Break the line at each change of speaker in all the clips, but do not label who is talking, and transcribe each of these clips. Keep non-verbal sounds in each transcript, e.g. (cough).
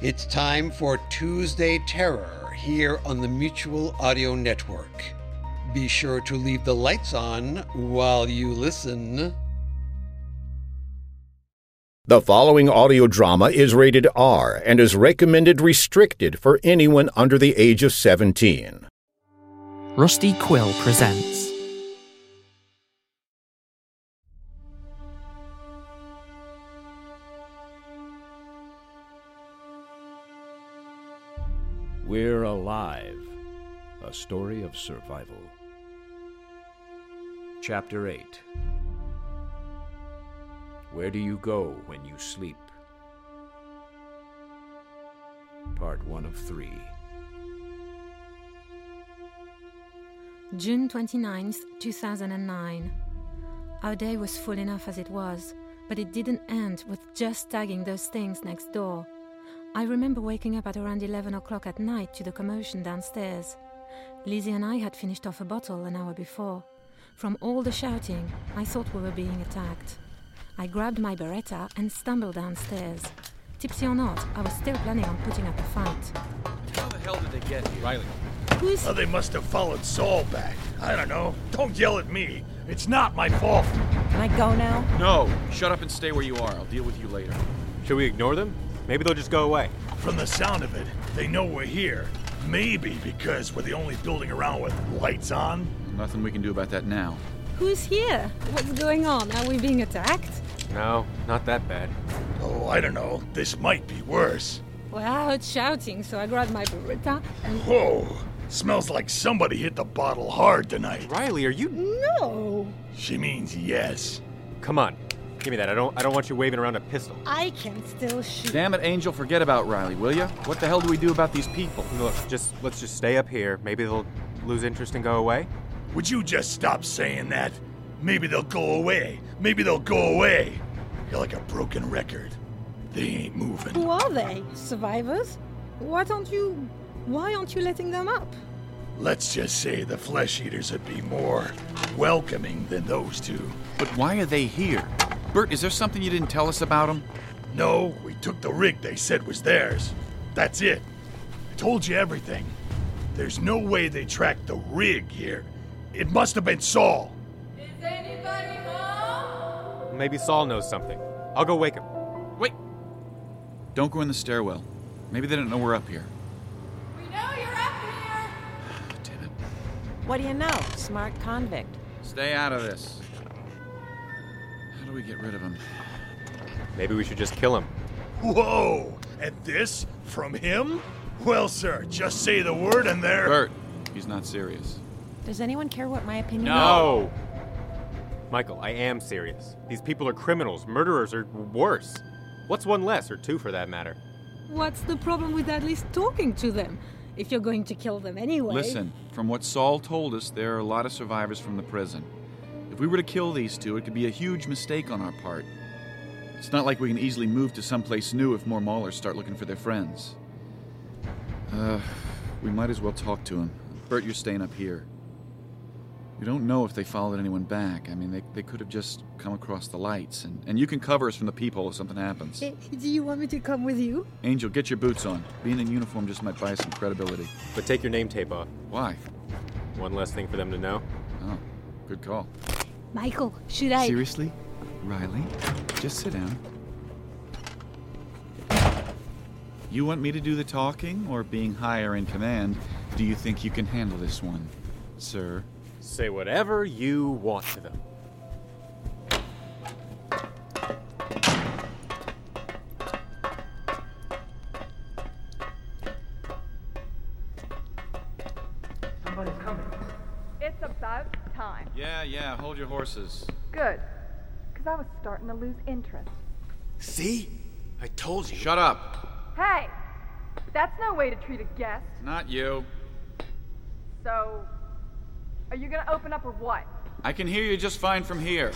It's time for Tuesday Terror here on the Mutual Audio Network. Be sure to leave the lights on while you listen.
The following audio drama is rated R and is recommended restricted for anyone under the age of 17.
Rusty Quill presents.
We're Alive A Story of Survival. Chapter 8 Where Do You Go When You Sleep? Part 1 of 3.
June 29th, 2009. Our day was full enough as it was, but it didn't end with just tagging those things next door. I remember waking up at around 11 o'clock at night to the commotion downstairs. Lizzie and I had finished off a bottle an hour before. From all the shouting, I thought we were being attacked. I grabbed my beretta and stumbled downstairs. Tipsy or not, I was still planning on putting up a fight.
How the hell did they get here? Riley.
Who is
Oh, they must have followed Saul back. I don't know. Don't yell at me. It's not my fault.
Can I go now?
No! Shut up and stay where you are. I'll deal with you later.
Should we ignore them? Maybe they'll just go away.
From the sound of it, they know we're here. Maybe because we're the only building around with lights on.
Nothing we can do about that now.
who's here? What's going on? Are we being attacked?
No, not that bad.
Oh, I don't know. This might be worse.
We're out shouting, so I grabbed my beretta and
Whoa. Smells like somebody hit the bottle hard tonight.
Riley, are you?
No,
She means yes.
Come on, give me that. I don't. I don't want you waving around a pistol.
I can still shoot.
Damn it, Angel, forget about Riley, will ya? What the hell do we do about these people?
Look, just let's just stay up here. Maybe they'll lose interest and go away.
Would you just stop saying that? Maybe they'll go away. Maybe they'll go away. You're like a broken record. They ain't moving.
Who are they? Survivors? Why don't you. Why aren't you letting them up?
Let's just say the flesh eaters would be more welcoming than those two.
But why are they here? Bert, is there something you didn't tell us about them?
No, we took the rig they said was theirs. That's it. I told you everything. There's no way they tracked the rig here. It must have been Saul.
Maybe Saul knows something. I'll go wake him.
Wait! Don't go in the stairwell. Maybe they don't know we're up here. We know you're up here! (sighs) Damn it.
What do you know? Smart convict.
Stay out of this. How do we get rid of them?
Maybe we should just kill him.
Whoa! And this from him? Well, sir, just say the word and there.
Bert, he's not serious.
Does anyone care what my opinion
No. Michael, I am serious. These people are criminals, murderers, or worse. What's one less, or two for that matter?
What's the problem with at least talking to them? If you're going to kill them anyway.
Listen, from what Saul told us, there are a lot of survivors from the prison. If we were to kill these two, it could be a huge mistake on our part. It's not like we can easily move to someplace new if more Maulers start looking for their friends. Uh, we might as well talk to him. Bert, you're staying up here. We don't know if they followed anyone back. I mean, they, they could have just come across the lights, and, and you can cover us from the people if something happens.
Eh, Do you want me to come with you?
Angel, get your boots on. Being in uniform just might buy us some credibility.
But take your name tape off.
Why?
One less thing for them to know.
Oh, good call.
Michael, should I?
Seriously? Riley? Just sit down. You want me to do the talking, or being higher in command, do you think you can handle this one, sir?
Say whatever you want to them.
It's about time.
Yeah, yeah, hold your horses.
Good. Because I was starting to lose interest.
See? I told you.
Shut up!
Hey! That's no way to treat a guest.
Not you.
So, are you gonna open up or what?
I can hear you just fine from here.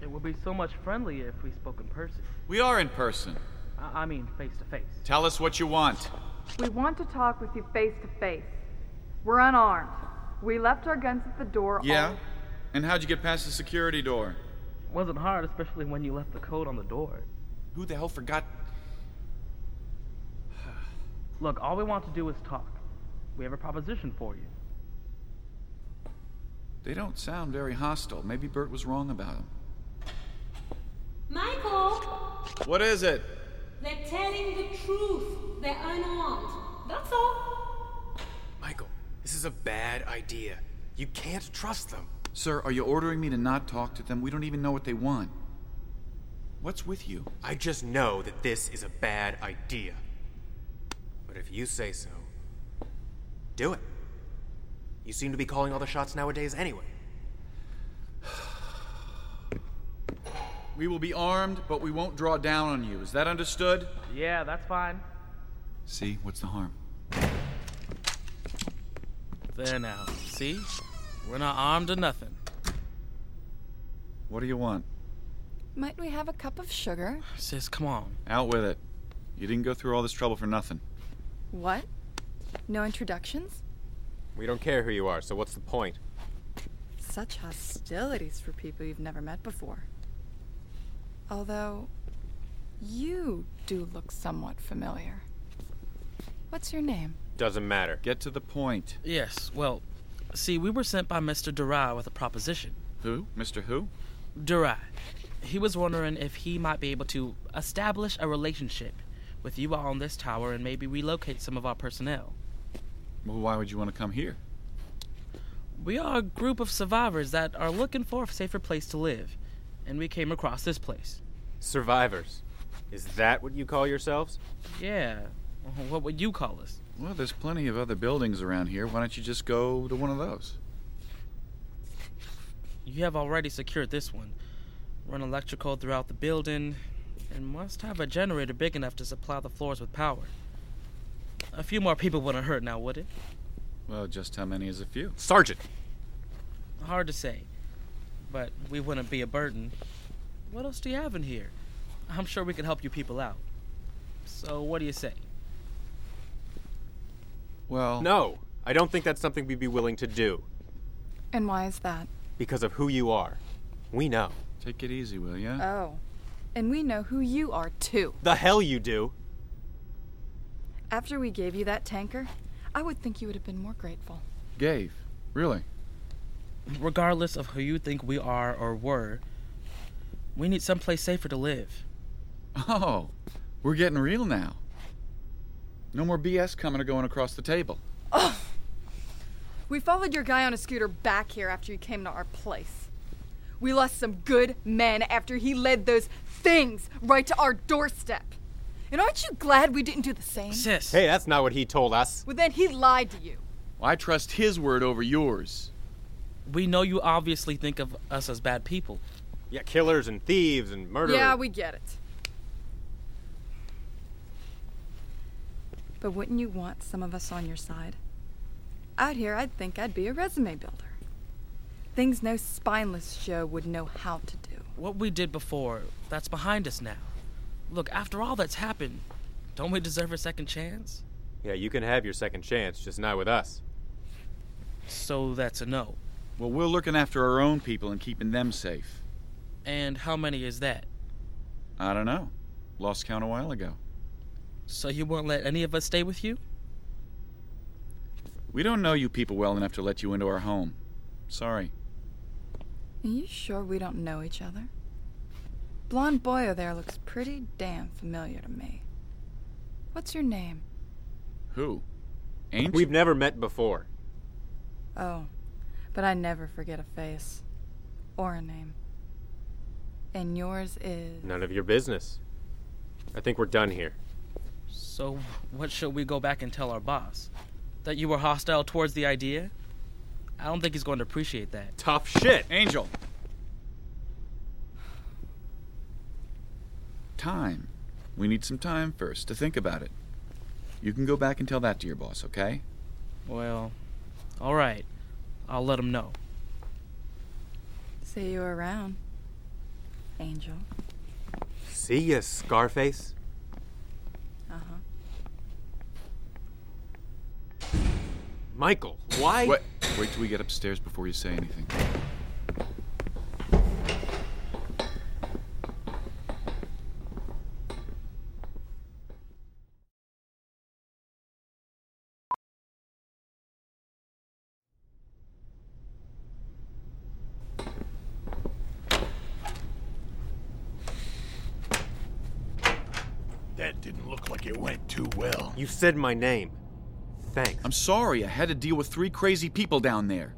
It would be so much friendlier if we spoke in person.
We are in person.
I, I mean, face to face.
Tell us what you want.
We want to talk with you face to face. We're unarmed. We left our guns at the door.
Yeah?
all-
And how'd you get past the security door?
Wasn't hard, especially when you left the code on the door.
Who the hell forgot?
Look, all we want to do is talk. We have a proposition for you.
They don't sound very hostile. Maybe Bert was wrong about them.
Michael,
What is it?
they're telling the truth. They're unarmed. That's all.
Michael, this is a bad idea. You can't trust them.
Sir, are you ordering me to not talk to them? We don't even know what they want. What's with you?
I just know that this is a bad idea. But if you say so, do it. You seem to be calling all the shots nowadays anyway.
We will be armed, but we won't draw down on you. Is that understood?
Yeah, that's fine.
See, what's the harm?
There now. See? We're not armed or nothing.
What do you want?
Might we have a cup of sugar?
Sis, come on.
Out with it. You didn't go through all this trouble for nothing.
What? No introductions?
We don't care who you are, so what's the point?
Such hostilities for people you've never met before. Although, you do look somewhat familiar. What's your name?
Doesn't matter.
Get to the point.
Yes, well, see, we were sent by Mr. Durai with a proposition.
Who? Mr. Who?
Durai. He was wondering if he might be able to establish a relationship with you all on this tower and maybe relocate some of our personnel.
Well, why would you want to come here?
We are a group of survivors that are looking for a safer place to live, and we came across this place.
Survivors. Is that what you call yourselves?
Yeah. What would you call us?
Well, there's plenty of other buildings around here. Why don't you just go to one of those?
You have already secured this one. Run electrical throughout the building, and must have a generator big enough to supply the floors with power. A few more people wouldn't hurt now, would it?
Well, just how many is a few?
Sergeant!
Hard to say, but we wouldn't be a burden. What else do you have in here? I'm sure we can help you people out. So, what do you say?
Well.
No! I don't think that's something we'd be willing to do.
And why is that?
Because of who you are. We know.
Take it easy, will ya?
Oh. And we know who you are, too.
The hell you do!
After we gave you that tanker, I would think you would have been more grateful.
Gave. Really?
Regardless of who you think we are or were, we need someplace safer to live.
Oh, we're getting real now. No more BS coming or going across the table.
We followed your guy on a scooter back here after you came to our place. We lost some good men after he led those things right to our doorstep. And aren't you glad we didn't do the same?
Sis.
Hey, that's not what he told us.
Well, then he lied to you.
I trust his word over yours.
We know you obviously think of us as bad people.
Yeah, killers and thieves and murderers.
Yeah, we get it. But wouldn't you want some of us on your side? Out here, I'd think I'd be a resume builder. Things no spineless Joe would know how to do.
What we did before, that's behind us now. Look, after all that's happened, don't we deserve a second chance?
Yeah, you can have your second chance, just not with us.
So that's a no.
Well, we're looking after our own people and keeping them safe.
And how many is that?
I don't know. Lost count a while ago.
So you won't let any of us stay with you?
We don't know you people well enough to let you into our home. Sorry.
Are you sure we don't know each other? Blonde boy over there looks pretty damn familiar to me. What's your name?
Who? Ancient?
We've never met before.
Oh, but I never forget a face or a name. And yours is.
None of your business. I think we're done here.
So what should we go back and tell our boss? That you were hostile towards the idea? I don't think he's going to appreciate that.
Tough shit!
Angel! Time. We need some time first to think about it. You can go back and tell that to your boss, okay?
Well, all right. I'll let him know.
See you around, Angel.
See ya, Scarface. Uh-huh.
Uh huh.
Michael, why?
Wait, wait till we get upstairs before you say anything.
like it went too well.
You said my name. Thanks.
I'm sorry, I had to deal with three crazy people down there.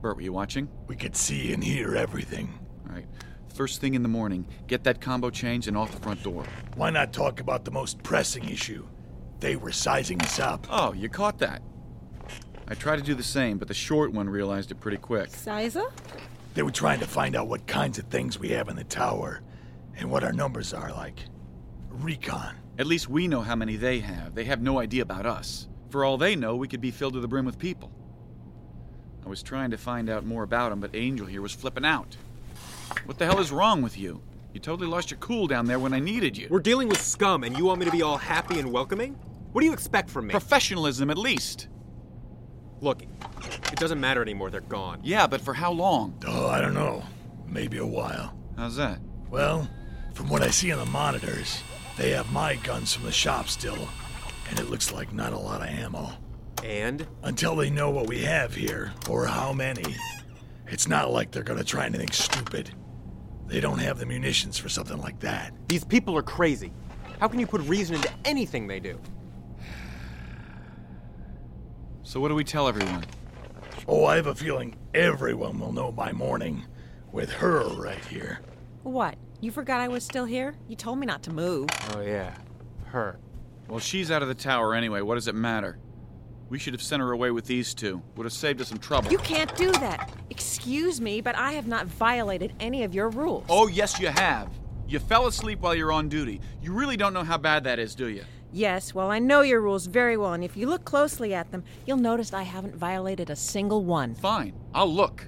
Bert, were you watching?
We could see and hear everything.
All right. First thing in the morning, get that combo change and off the front door.
Why not talk about the most pressing issue? They were sizing us up.
Oh, you caught that. I tried to do the same, but the short one realized it pretty quick.
Sizer?
They were trying to find out what kinds of things we have in the tower and what our numbers are like. Recon.
At least we know how many they have. They have no idea about us. For all they know, we could be filled to the brim with people. I was trying to find out more about them, but Angel here was flipping out. What the hell is wrong with you? You totally lost your cool down there when I needed you.
We're dealing with scum, and you want me to be all happy and welcoming? What do you expect from me?
Professionalism, at least.
Look, it doesn't matter anymore. They're gone.
Yeah, but for how long?
Oh, I don't know. Maybe a while.
How's that?
Well, from what I see on the monitors, they have my guns from the shop still, and it looks like not a lot of ammo.
And?
Until they know what we have here, or how many. It's not like they're gonna try anything stupid. They don't have the munitions for something like that.
These people are crazy. How can you put reason into anything they do?
So, what do we tell everyone?
Oh, I have a feeling everyone will know by morning, with her right here.
What? You forgot I was still here? You told me not to move.
Oh, yeah. Her.
Well, she's out of the tower anyway. What does it matter? We should have sent her away with these two. Would have saved us some trouble.
You can't do that. Excuse me, but I have not violated any of your rules.
Oh, yes, you have. You fell asleep while you're on duty. You really don't know how bad that is, do you?
Yes, well, I know your rules very well, and if you look closely at them, you'll notice I haven't violated a single one.
Fine, I'll look.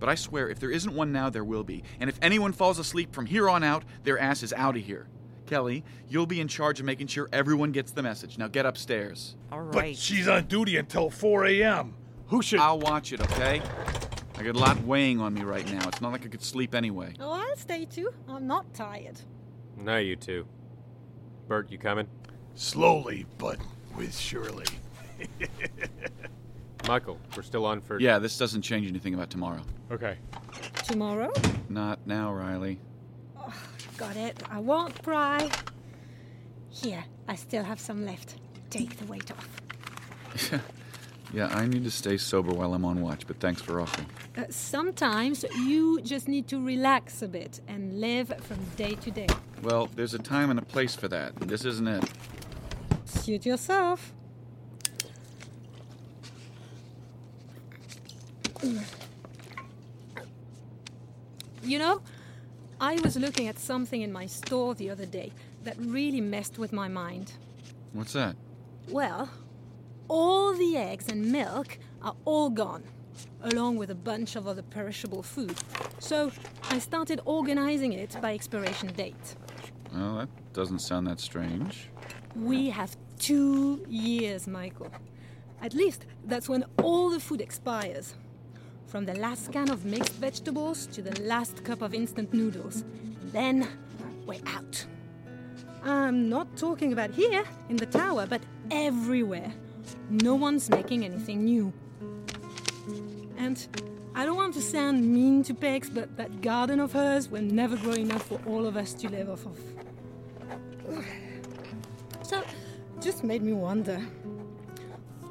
But I swear, if there isn't one now, there will be. And if anyone falls asleep from here on out, their ass is out of here. Kelly, you'll be in charge of making sure everyone gets the message. Now get upstairs.
All right.
But she's on duty until 4 a.m. Who should.
I'll watch it, okay? I got a lot weighing on me right now. It's not like I could sleep anyway.
Oh, I'll stay too. I'm not tired.
No, you two. Bert, you coming?
Slowly, but with surely.
Michael, we're still on for.
Yeah, this doesn't change anything about tomorrow.
Okay.
Tomorrow?
Not now, Riley.
Oh, got it. I won't cry. Here, I still have some left. Take the weight off.
yeah, I need to stay sober while I'm on watch, but thanks for offering.
Uh, sometimes you just need to relax a bit and live from day to day.
Well, there's a time and a place for that. This isn't it.
Suit yourself.
You know, I was looking at something in my store the other day that really messed with my mind.
What's that?
Well, all the eggs and milk are all gone, along with a bunch of other perishable food. So I started organizing it by expiration date.
Well, that doesn't sound that strange.
We have two years, Michael. At least that's when all the food expires. From the last can of mixed vegetables to the last cup of instant noodles. And then we're out. I'm not talking about here in the tower, but everywhere. No one's making anything new. And I don't want to sound mean to Pegs, but that garden of hers will never grow enough for all of us to live off of. So, just made me wonder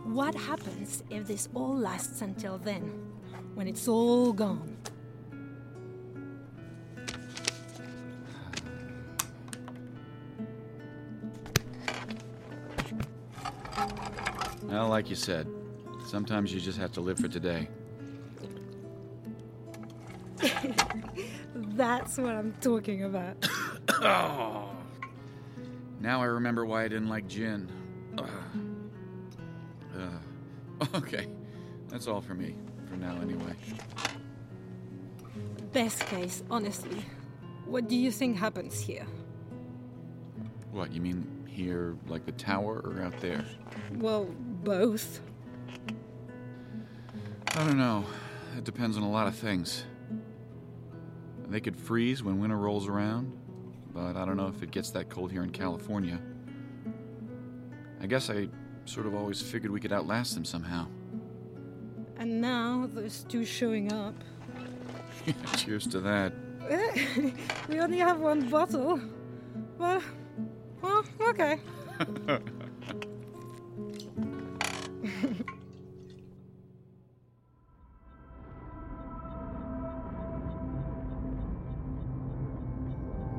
what happens if this all lasts until then, when it's all gone?
Well, like you said, sometimes you just have to live for today.
That's what I'm talking about.
oh. Now I remember why I didn't like gin. Ugh. Uh, (laughs) okay, that's all for me, for now anyway.
Best case, honestly. What do you think happens here?
What, you mean here, like the tower, or out there?
Well, both.
I don't know. It depends on a lot of things. They could freeze when winter rolls around, but I don't know if it gets that cold here in California. I guess I sort of always figured we could outlast them somehow. (laughs)
And now those two showing up.
Cheers to that.
we only have one bottle. Well, well, Okay.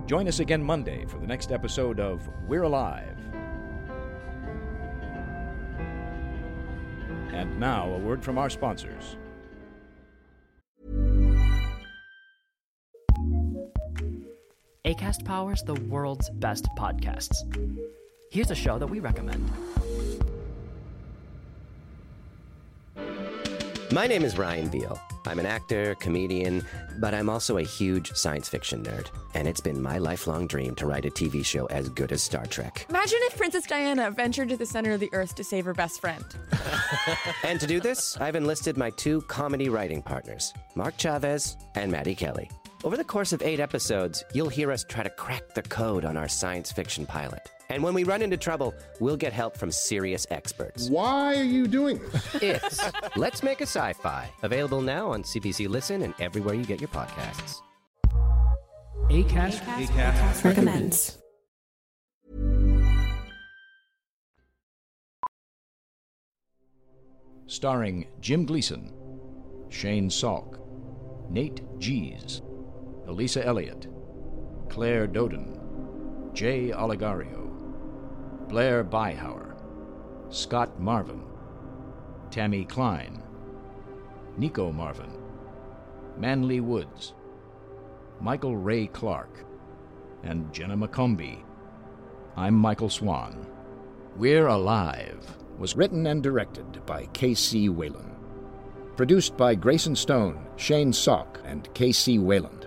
Join us again Monday for the next episode of We're Alive. And now, a word from our sponsors.
ACAST powers the world's best podcasts. Here's a show that we recommend.
My name is Ryan Beal. I'm an actor, comedian, but I'm also a huge science fiction nerd. And it's been my lifelong dream to write a TV show as good as Star Trek.
Imagine if Princess Diana ventured to the center of the earth to save her best friend.
(laughs) and to do this, I've enlisted my two comedy writing partners, Mark Chavez and Maddie Kelly. Over the course of eight episodes, you'll hear us try to crack the code on our science fiction pilot. And when we (laughs) run into trouble, we'll get help from serious experts.
Why are you doing this?
It's Let's Make a Sci Fi, available now on CBC Listen and everywhere you get your podcasts.
ACAST,
Acast recommends.
Starring Jim Gleason, Shane Salk, Nate Gies, Elisa Elliott, Claire Doden, Jay Oligario, Blair Beihauer, Scott Marvin, Tammy Klein, Nico Marvin, Manly Woods, Michael Ray Clark, and Jenna McCombie. I'm Michael Swan. We're Alive was written and directed by K.C. Whalen.
Produced by Grayson Stone, Shane Salk, and K.C. Wayland.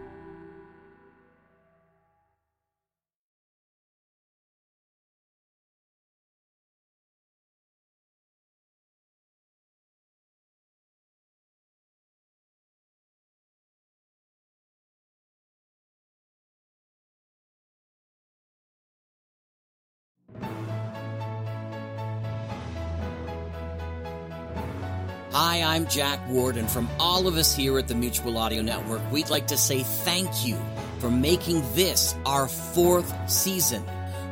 Hi, I'm Jack Ward, and from all of us here at the Mutual Audio Network, we'd like to say thank you for making this our fourth season.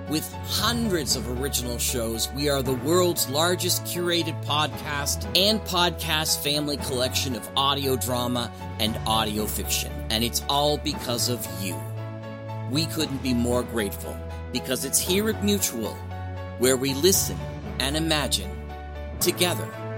With hundreds of original shows, we are the world's largest curated podcast and podcast family collection of audio drama and audio fiction, and it's all because of you. We couldn't be more grateful because it's here at Mutual where we listen and imagine together.